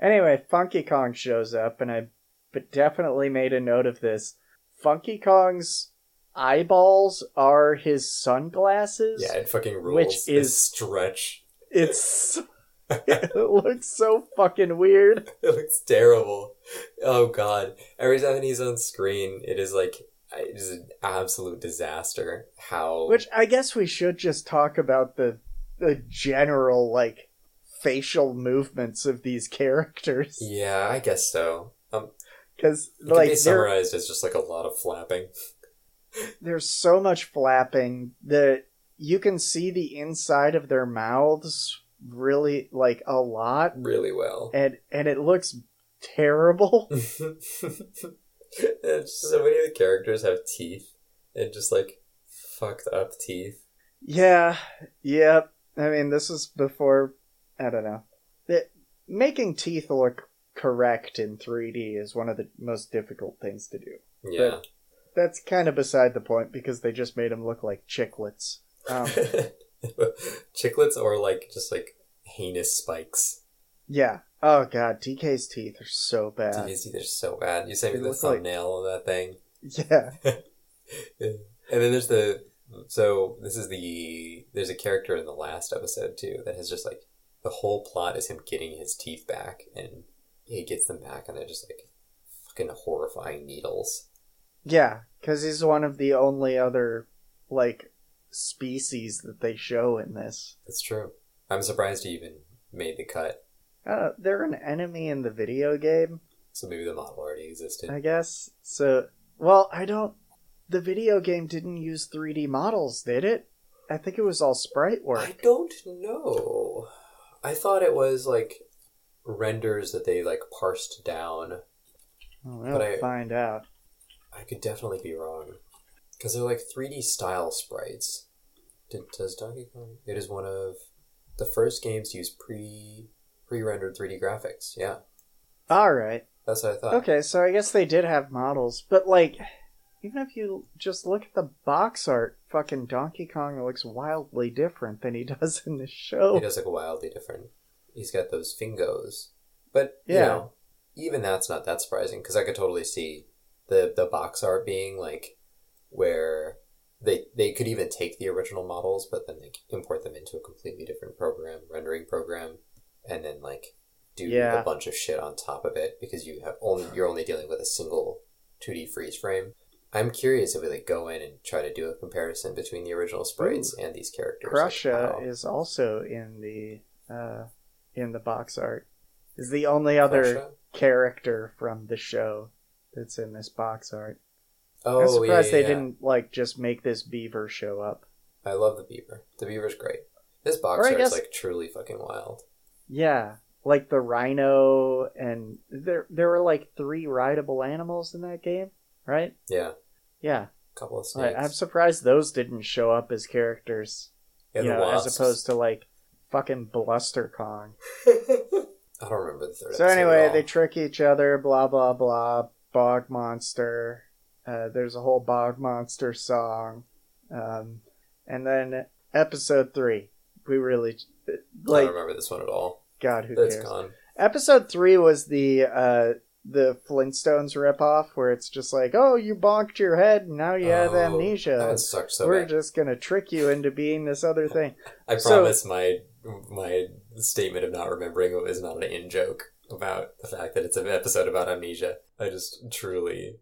S1: Anyway, Funky Kong shows up, and I but definitely made a note of this. Funky Kong's eyeballs are his sunglasses.
S2: Yeah, it fucking rules.
S1: Which
S2: This
S1: is-
S2: stretch?
S1: It's *laughs* it looks so fucking weird.
S2: *laughs* It looks terrible. Oh god. Every time he's on screen, it is like it is an absolute disaster. How
S1: Which I guess we should just talk about the the general like facial movements of these *laughs* characters
S2: Yeah, I guess so. Um
S1: because
S2: it can
S1: like
S2: be
S1: there,
S2: summarized as just like a lot of flapping.
S1: there's so much flapping that you can see the inside of their mouths really like a lot
S2: Really well.
S1: and and it looks
S2: *laughs*
S1: terrible
S2: it's just so many of the characters have teeth and just like fucked up teeth.
S1: yeah yep i mean this is before i don't know the, making teeth look correct in 3d is one of the most difficult things to do
S2: Yeah.
S1: that's kind of beside the point because they just made him look like chiclets um, *laughs*
S2: *laughs* Chiclets or like just like heinous spikes.
S1: yeah oh god dk's teeth are so bad
S2: These teeth are so bad. You sent me
S1: They
S2: the
S1: look like-
S2: thumbnail of that thing.
S1: *laughs* yeah
S2: *laughs* and then there's the so this is the there's a character in the last episode too that has just like the whole plot is him getting his teeth back and he gets them back and they're just like fucking horrifying needles.
S1: yeah because he's one of the only other like species that they show in this
S2: That's true. I'm surprised he even made the cut.
S1: Uh, they're an enemy in the video game,
S2: So maybe the model already existed.
S1: I guess. So, well, I don't. The video game didn't use 3D models, did it? I think it was all sprite
S2: I
S1: work.
S2: don't know. I thought it was like renders that they like parsed down.
S1: We'll
S2: but I-
S1: find out.
S2: I could definitely be wrong. Because they're like 3D style sprites. Did, does Donkey Kong. It is one of the first games to use pre pre rendered 3D graphics. Yeah,
S1: All right.
S2: that's what I thought.
S1: Okay, so I guess they did have models, but like, even if you just look at the box art, fucking Donkey Kong looks wildly different than he *laughs* does in the
S2: He
S1: show.
S2: does look wildly different. He's got those fingos. But, you
S1: Yeah.
S2: know, even that's not that surprising because I could totally see the, the box art being like where they, they could even take the original models, but then they import them into a completely different program, rendering program, and then like do
S1: Yeah.
S2: a bunch of shit on top of it because you have only you're only dealing with a single 2D freeze frame. I'm curious if we like go in and try to do a comparison between the original sprites and these characters. like,
S1: Krusha
S2: how-
S1: is also in the uh, in the box art. Is the only other.
S2: Krusha?
S1: character from the show that's in this box art.
S2: Oh,
S1: I'm
S2: yeah,
S1: surprised
S2: yeah,
S1: they
S2: yeah.
S1: didn't like just make this beaver show up.
S2: I love the beaver. The beaver's great. This box
S1: Or I
S2: art
S1: guess-
S2: is like truly fucking wild.
S1: Yeah, like the rhino and there there were like three rideable animals in that game, right?
S2: Yeah,
S1: Yeah,
S2: couple of
S1: Like,
S2: snakes.
S1: I'm surprised those didn't show up as characters,
S2: yeah,
S1: you
S2: the
S1: know, as
S2: wasps.
S1: opposed to like fucking Bluster Kong.
S2: I don't remember the third.
S1: So
S2: episode at
S1: anyway,
S2: all.
S1: they trick each other, blah blah blah. Bog monster. Uh, there's a whole bog monster song, um, and then episode three. We really uh,
S2: I
S1: like
S2: don't remember this one at all.
S1: God. Who
S2: That's
S1: cares?
S2: gone.
S1: Episode three was the uh, the Flintstones ripoff, where it's just like, oh, you bonked your head, and now you have
S2: Oh, That
S1: amnesia.
S2: one sucked so
S1: Uh, We're
S2: bad.
S1: just gonna trick you into being this other thing.
S2: I
S1: so-
S2: promise my my statement of not remembering it is not an in joke about the fact that it's an episode about amnesia. I just truly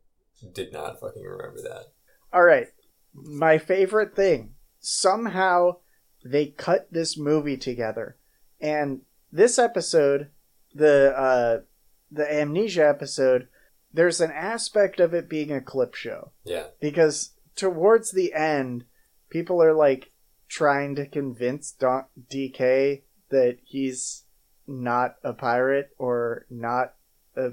S2: did not fucking remember that.
S1: All right. My favorite thing. Somehow they cut this movie together. And this episode, the uh the amnesia episode, there's an aspect of it being a clip show
S2: Yeah,
S1: because towards the end, people are like trying to convince Don- DK that he's not a pirate or not a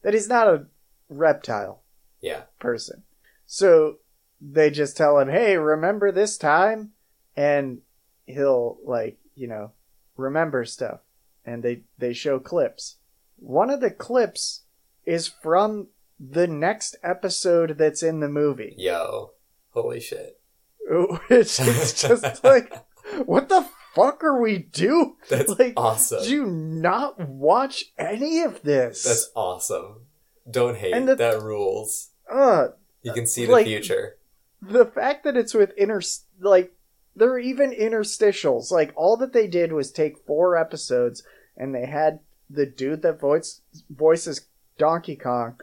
S1: that he's not a reptile
S2: yeah.
S1: person. So they just tell him, "Hey, remember this time?" and he'll like, you know, remember stuff. And they they show clips. One of the clips is from the next episode that's in the movie,
S2: Yo, holy shit.
S1: *laughs* which is just like, what the fuck are we doing? *laughs*
S2: That's
S1: like,
S2: awesome.
S1: do you not watch any of this?
S2: That's awesome. Don't hate.
S1: And the-
S2: that rules.
S1: Ugh.
S2: You can see the
S1: Like-
S2: future.
S1: the fact that it's with inter like there are even interstitials. Like all that they did was take four episodes, and they had the dude that voice voices Donkey Kong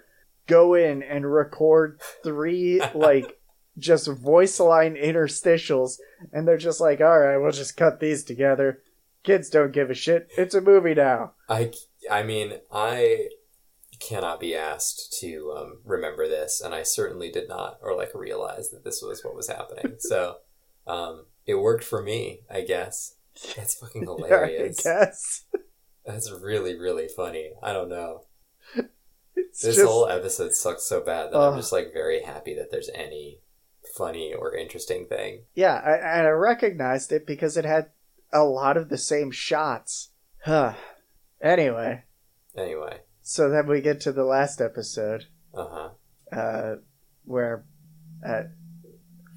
S1: go in and record
S2: *laughs*
S1: three like just voice line interstitials, and they're just like, all right, we'll just cut these together. Kids don't give a shit. It's a movie now. *laughs*
S2: I I mean I cannot be asked to um, remember this, and I certainly did not or like realize that this was what
S1: *laughs*
S2: was happening. so um, it worked for me, I guess. That's fucking hilarious.
S1: *laughs* Yeah, I guess *laughs*
S2: That's really really funny. I don't know.
S1: it's
S2: this
S1: just
S2: whole episode sucks so bad that
S1: Ugh.
S2: I'm just like very happy that there's any funny or interesting thing.
S1: yeah, I, and I recognized it because it had a lot of the same shots. Huh. Anyway,
S2: Anyway,
S1: so then we get to the last episode.
S2: uh huh.
S1: uh, where uh,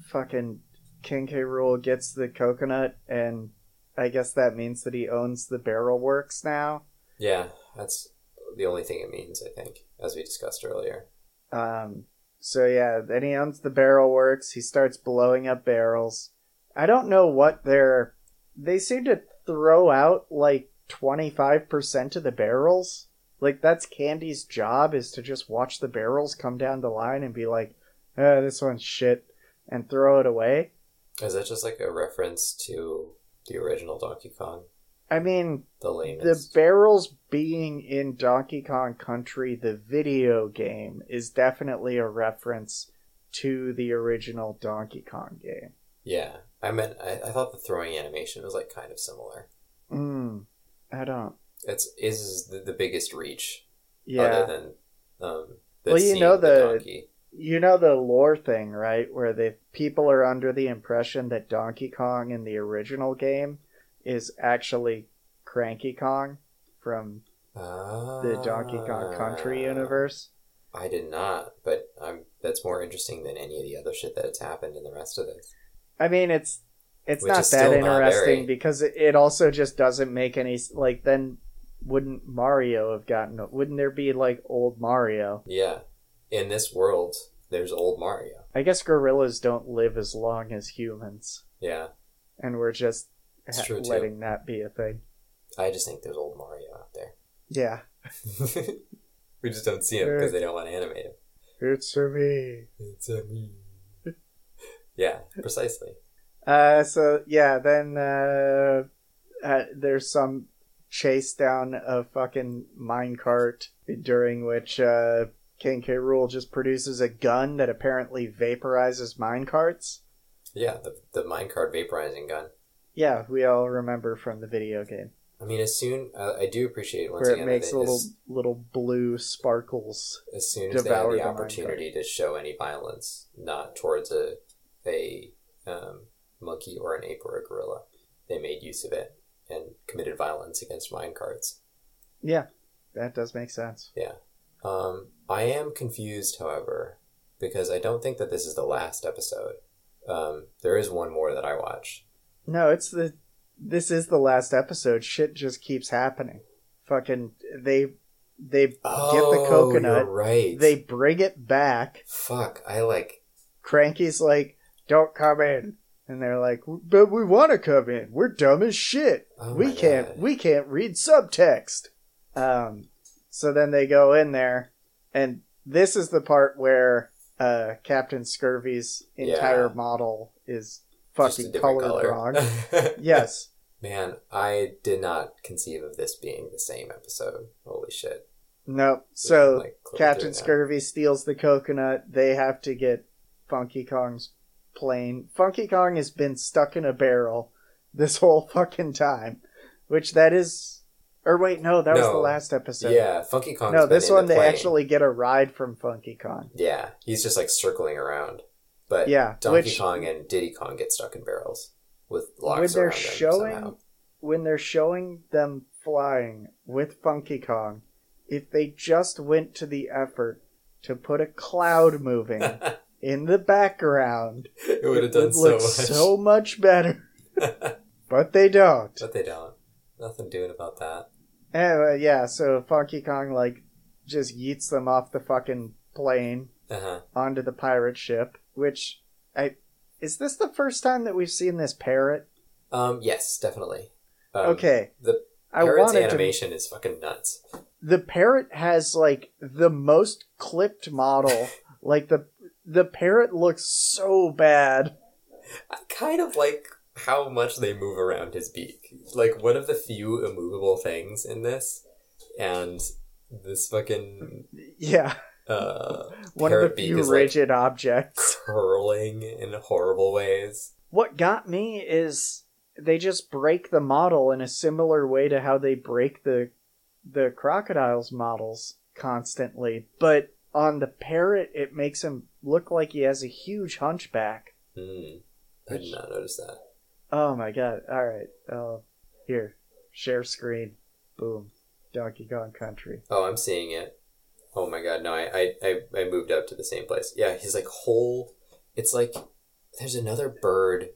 S1: fucking King K. Rule gets the coconut, and I guess that means that he owns the barrel works now.
S2: Yeah, that's the only thing it means, I think, as we discussed earlier.
S1: Um, so yeah, then he owns the barrel works. He starts blowing up barrels. I don't know what they're. They seem to throw out like 25% of the barrels. Like, that's Candy's job is to just watch the barrels come down the line and be like, "Ah, this one's shit, and throw it away.
S2: Is that just like a reference to the original Donkey Kong?
S1: I mean,
S2: The
S1: the
S2: lamest.
S1: barrels being in Donkey Kong Country, the video game, is definitely a reference to the original Donkey Kong game.
S2: yeah, I meant I, I thought the throwing animation was like kind of similar.
S1: Mm, I don't.
S2: It's is the, the biggest reach
S1: Yeah,
S2: other than um.
S1: Well, you
S2: scene
S1: know
S2: with
S1: the-
S2: donkey.
S1: you know the lore thing, right? Where the people are under the impression that Donkey Kong in the original game is actually Cranky Kong from the Donkey Kong Country
S2: Ah.
S1: universe.
S2: I did not, but I'm. That's more interesting than any of the other shit that's happened in the rest of this.
S1: I mean, it's it's
S2: Which
S1: not
S2: is
S1: that
S2: still not
S1: interesting
S2: very-
S1: because it, it also just doesn't make any s- like. Then wouldn't Mario have gotten? Wouldn't there be like old Mario?
S2: Yeah, in this world, there's old Mario.
S1: I guess gorillas don't live as long as humans,
S2: Yeah,
S1: and we're just
S2: It's
S1: ha-
S2: true, too.
S1: letting that be a thing.
S2: I just think there's old Mario out there.
S1: Yeah,
S2: *laughs* we just don't see him because they don't want to animate him.
S1: it's for me.
S2: It's a me. yeah, precisely.
S1: Uh, so yeah, then uh, uh, there's some chase down a fucking minecart during which uh, King K. Rule just produces a gun that apparently vaporizes minecarts.
S2: Yeah, the the minecart vaporizing gun.
S1: Yeah, we all remember from the video game
S2: I mean, as soon I I do appreciate once
S1: where it
S2: again
S1: makes
S2: that
S1: little
S2: as,
S1: little blue sparkles.
S2: as soon as they had
S1: devour
S2: the
S1: the
S2: opportunity to show any violence, not towards a a um, monkey or an ape or a gorilla, they made use of it and committed violence against minecarts.
S1: Yeah, that does make sense.
S2: Um, I am confused, however, because I don't think that this is the last episode. Um, there is one more that I watch.
S1: No, it's the this is the last episode. Shit just keeps happening. Fucking they they get the coconut.
S2: Oh, You're right.
S1: They bring it back.
S2: fuck. I like.
S1: Cranky's like, "Don't come in," and they're like, "But we want to come in. We're dumb as shit.
S2: Oh
S1: we
S2: my
S1: can't.
S2: God.
S1: We can't read subtext." Um. So then they go in there, and this is the part where uh, Captain Scurvy's
S2: Yeah.
S1: entire model is
S2: just a
S1: fucking
S2: different
S1: colored
S2: *laughs*
S1: wrong.
S2: color.
S1: yes.
S2: Man, I did not conceive of this being the same episode. Holy shit.
S1: No. So
S2: Like, clearly doing
S1: Captain
S2: that.
S1: Scurvy steals the coconut. They have to get Funky Kong's plane. Funky Kong has been stuck in a barrel this whole fucking time, which that is. Or wait, no, that was
S2: No.
S1: the last episode.
S2: Yeah, Funky Kong.
S1: No, this one
S2: the
S1: they
S2: plane.
S1: actually get a ride from Funky Kong.
S2: Yeah, he's just like circling around. But
S1: Yeah,
S2: Donkey
S1: which-
S2: Kong and Diddy Kong get stuck in barrels with locks
S1: When they're
S2: around them
S1: showing
S2: somehow.
S1: when they're showing them flying with Funky Kong, if they just went to the effort to put a cloud
S2: *laughs*
S1: moving in the background,
S2: it would have
S1: it
S2: done
S1: would
S2: so
S1: look
S2: much.
S1: so much
S2: *laughs*
S1: better. But they don't.
S2: But they don't. Nothing doing about that.
S1: Anyway, yeah, so Funky Kong, like, just yeets them off the fucking plane
S2: Uh huh.
S1: onto the pirate ship, which I Is this the first time that we've seen this parrot?
S2: Um, yes, definitely. Um,
S1: okay.
S2: The
S1: I
S2: parrot's
S1: wanted to
S2: animation is fucking nuts.
S1: the parrot has like the most clipped
S2: *laughs*
S1: model. like the the parrot looks so bad.
S2: I kind of like how much they move around his beak. Like one of the few immovable things in this, and this fucking
S1: Yeah,
S2: uh,
S1: one
S2: Parrot
S1: of the
S2: beak
S1: few
S2: is, like-
S1: rigid objects.
S2: curling in horrible ways.
S1: What got me is they just break the model in a similar way to how they break the the crocodile's models constantly, but on the parrot it makes him look like he has a huge hunchback.
S2: Hmm. I did not notice that.
S1: Oh my god. All right. Uh, here. Share screen. Boom. Donkey Kong Country.
S2: Oh, I'm seeing it. Oh my god, no, I, I, I, I moved up to the same place. Yeah, he's like whole. It's like there's another bird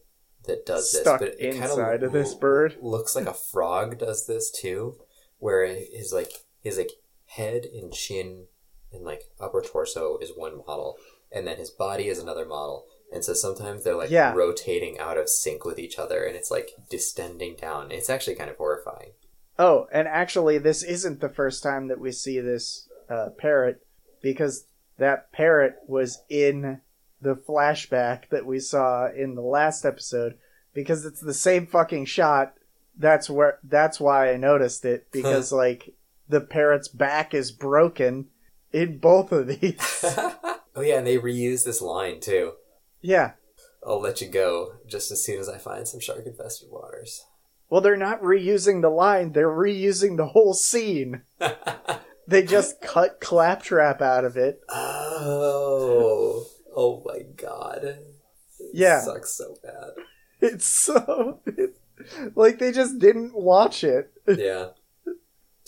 S2: that does this,
S1: Stuck
S2: but it kind
S1: inside of this bird.
S2: looks like a frog does this too, where his like his like head and chin and like upper torso is one model, and then his body is another model. And so sometimes they're like
S1: Yeah.
S2: rotating out of sync with each other, and it's like distending down. It's actually kind of horrifying. *laughs*
S1: Oh, and actually, this isn't the first time that we see this uh, parrot because that parrot was in the flashback that we saw in the last episode because it's the same fucking shot. That's where. That's why I noticed it because like the parrot's back is broken in both of these.
S2: *laughs* oh yeah, and they reuse this line too.
S1: yeah.
S2: I'll let you go just as soon as I find some shark infested waters. *laughs*
S1: Well, they're not reusing the line, they're reusing the whole scene. They just cut Claptrap out of it.
S2: oh, oh my god. It
S1: Yeah.
S2: sucks so
S1: *laughs*
S2: bad.
S1: It's so. like, they just didn't watch it.
S2: Yeah.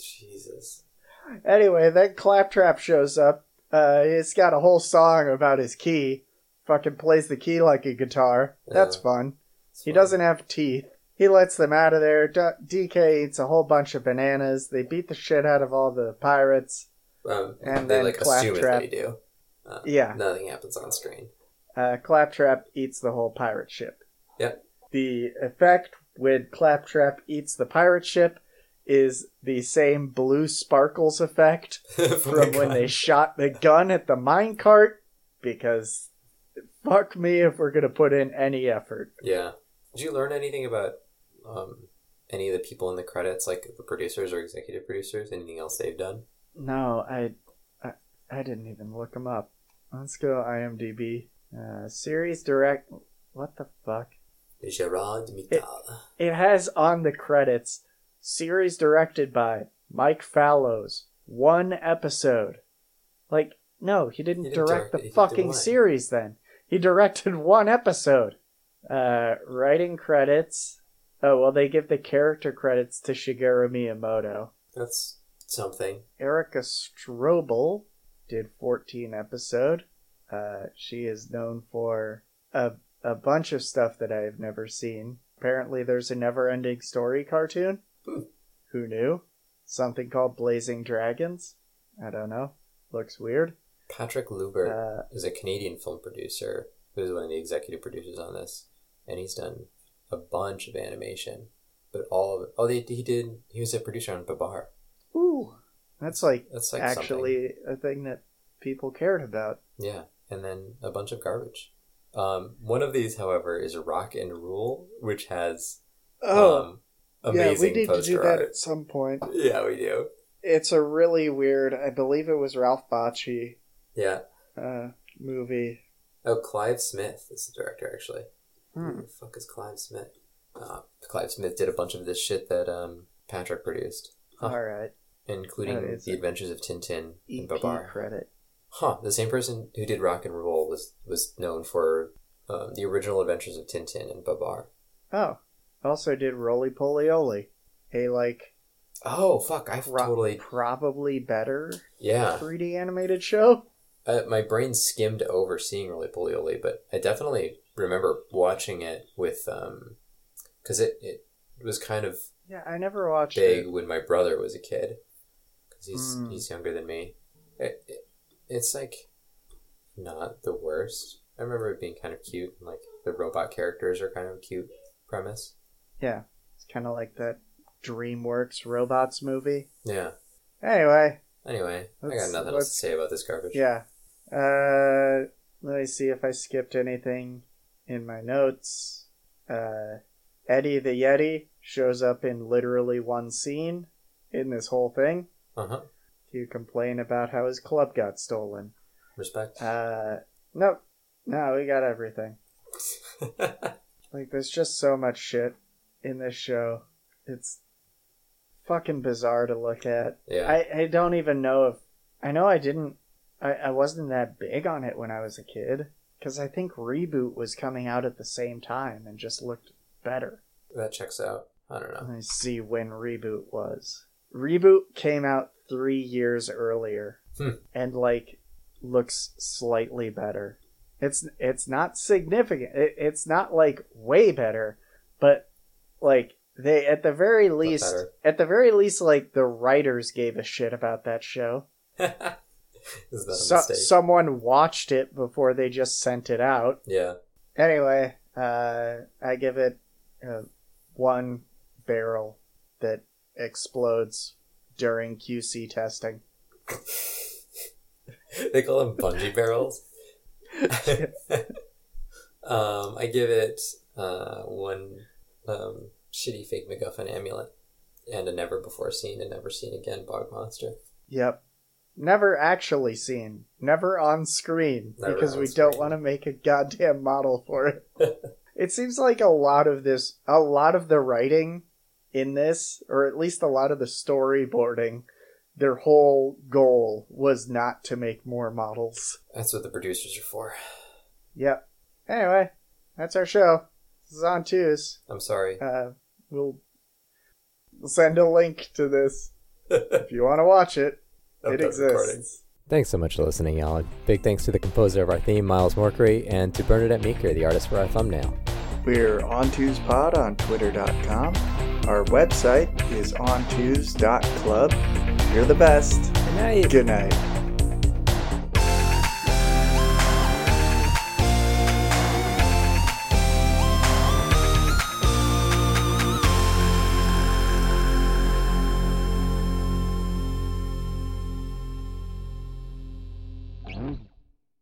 S2: Jesus.
S1: Anyway, then Claptrap shows up. Uh, he's got a whole song about his key. Fucking plays the key like a guitar. That's
S2: Yeah.
S1: fun.
S2: It's
S1: He
S2: funny.
S1: doesn't have teeth. He lets them out of there. D- DK eats a whole bunch of bananas. They beat the shit out of all the pirates.
S2: Um,
S1: and
S2: they
S1: then
S2: like assume if
S1: Claptrap.
S2: they do. Uh,
S1: Yeah.
S2: Nothing happens on screen. *laughs*
S1: uh, Claptrap eats the whole pirate ship.
S2: Yep.
S1: The effect when Claptrap eats the pirate ship is the same blue sparkles effect from when they shot the gun at the minecart, because fuck me if we're going to put in any effort.
S2: Yeah. Did you learn anything about um, any of the people in the credits, like the producers or executive producers? Anything else they've done?
S1: No, I, I, I didn't even look him up. Let's go IMDb. Uh, series direct. What the fuck?
S2: Gerard Mital.
S1: It has on the credits series directed by Mike Fallows, one episode. Like, no, he didn't,
S2: He didn't
S1: direct
S2: direct it,
S1: the
S2: he did
S1: fucking
S2: one.
S1: series then. He directed *laughs* one episode. Uh, writing credits. Oh, well, they give the character credits to Shigeru Miyamoto.
S2: That's something.
S1: Erica Strobel did 14 episode. Uh, she is known for a, a bunch of stuff that I have never seen. Apparently, there's a never ending story cartoon.
S2: Hmm.
S1: Who knew? Something called Blazing Dragons. I don't know. Looks weird.
S2: Patrick Lubert
S1: Uh,
S2: is a Canadian film producer who's one of the executive producers on this, and he's done a bunch of animation, but all of it. Oh, they, he did. He was a producer on Babar.
S1: Uh, ooh, that's like
S2: That's like something.
S1: actually a thing that people cared about.
S2: yeah, and then a bunch of garbage. Um, one of these, however, is Rock and Rule, which has um,
S1: Oh, yeah,
S2: amazing
S1: we need to
S2: poster
S1: do that
S2: art.
S1: at some point.
S2: *laughs* Yeah, we do.
S1: It's a really weird, I believe it was Ralph Bocci
S2: Yeah.
S1: uh, movie.
S2: Oh, Clive Smith is the director, actually.
S1: Hmm.
S2: Who the fuck is Clive Smith? Uh, Clive Smith did a bunch of this shit that um, Patrick produced, Huh.
S1: All right. That
S2: including
S1: is
S2: The
S1: a-
S2: Adventures of Tintin
S1: EP
S2: and Babar.
S1: E credit.
S2: Huh. The same person who did Rock and Roll was was known for um, the original Adventures of Tintin and Babar.
S1: Oh, also did Roly Poly Oly, a like
S2: Oh fuck! I have
S1: pro-
S2: totally
S1: probably better
S2: yeah.
S1: 3D animated show.
S2: Uh, my brain skimmed over seeing Roly Poly Oly, but I definitely remember watching it with um, because it it was kind of
S1: Yeah, I never watched
S2: big
S1: it.
S2: when my brother was a kid because he's
S1: Mm.
S2: he's younger than me. It, it, it's like not the worst. I remember it being kind of cute and like the robot characters are kind of a cute premise.
S1: Yeah, it's kind of like that DreamWorks robots movie.
S2: Yeah.
S1: Anyway,
S2: Anyway, I got
S1: Let's-
S2: nothing else
S1: let's-
S2: to say about this garbage.
S1: yeah. Uh, let me see if I skipped anything in my notes. Uh, Eddie the Yeti shows up in literally one scene in this whole thing
S2: Uh huh.
S1: to complain about how his club got stolen.
S2: Respect.
S1: Uh, nope. No, we got everything. Like, there's just so much shit in this show. It's fucking bizarre to look at.
S2: yeah.
S1: I, I don't even know if I know I didn't I, I wasn't that big on it when I was a kid because I think reboot was coming out at the same time and just looked better.
S2: that checks out. I don't know. *laughs*
S1: Let me see when reboot was. Reboot came out three years earlier
S2: Hmm.
S1: and like looks slightly better. It's it's not significant. It, it's not like way better, but like they at the very least
S2: better.
S1: at the very least like the writers gave a shit about that show.
S2: Is that a
S1: So-
S2: mistake?
S1: someone watched it before they just sent it out.
S2: yeah.
S1: Anyway, uh, I give it uh, one barrel that explodes during QC testing.
S2: *laughs* they call them bungee barrels. *laughs* um, I give it uh, one um, shitty fake MacGuffin amulet and a never before seen and never seen again bog monster.
S1: Yep. Never actually seen. Never on screen.
S2: Never
S1: because
S2: on
S1: we
S2: screen.
S1: don't want to make a goddamn model for it.
S2: *laughs*
S1: it seems like a lot of this, a lot of the writing in this, or at least a lot of the storyboarding, their whole goal was not to make more models.
S2: That's what the producers are for.
S1: Yep. Anyway, that's our show. This is on twos.
S2: I'm sorry.
S1: Uh, we'll send a link to
S2: *laughs*
S1: this if you want to watch it.
S2: I'm
S1: it
S2: done
S1: exists.
S2: recording. Thanks so much for listening, Alan. Big thanks to the composer of our theme, Miles Morkery, and to Bernadette Meeker, the artist for our thumbnail.
S1: We're OnTwosPod on Twitter.com. Our website is OnTwos.club. You're the best.
S2: Good night.
S1: Good night.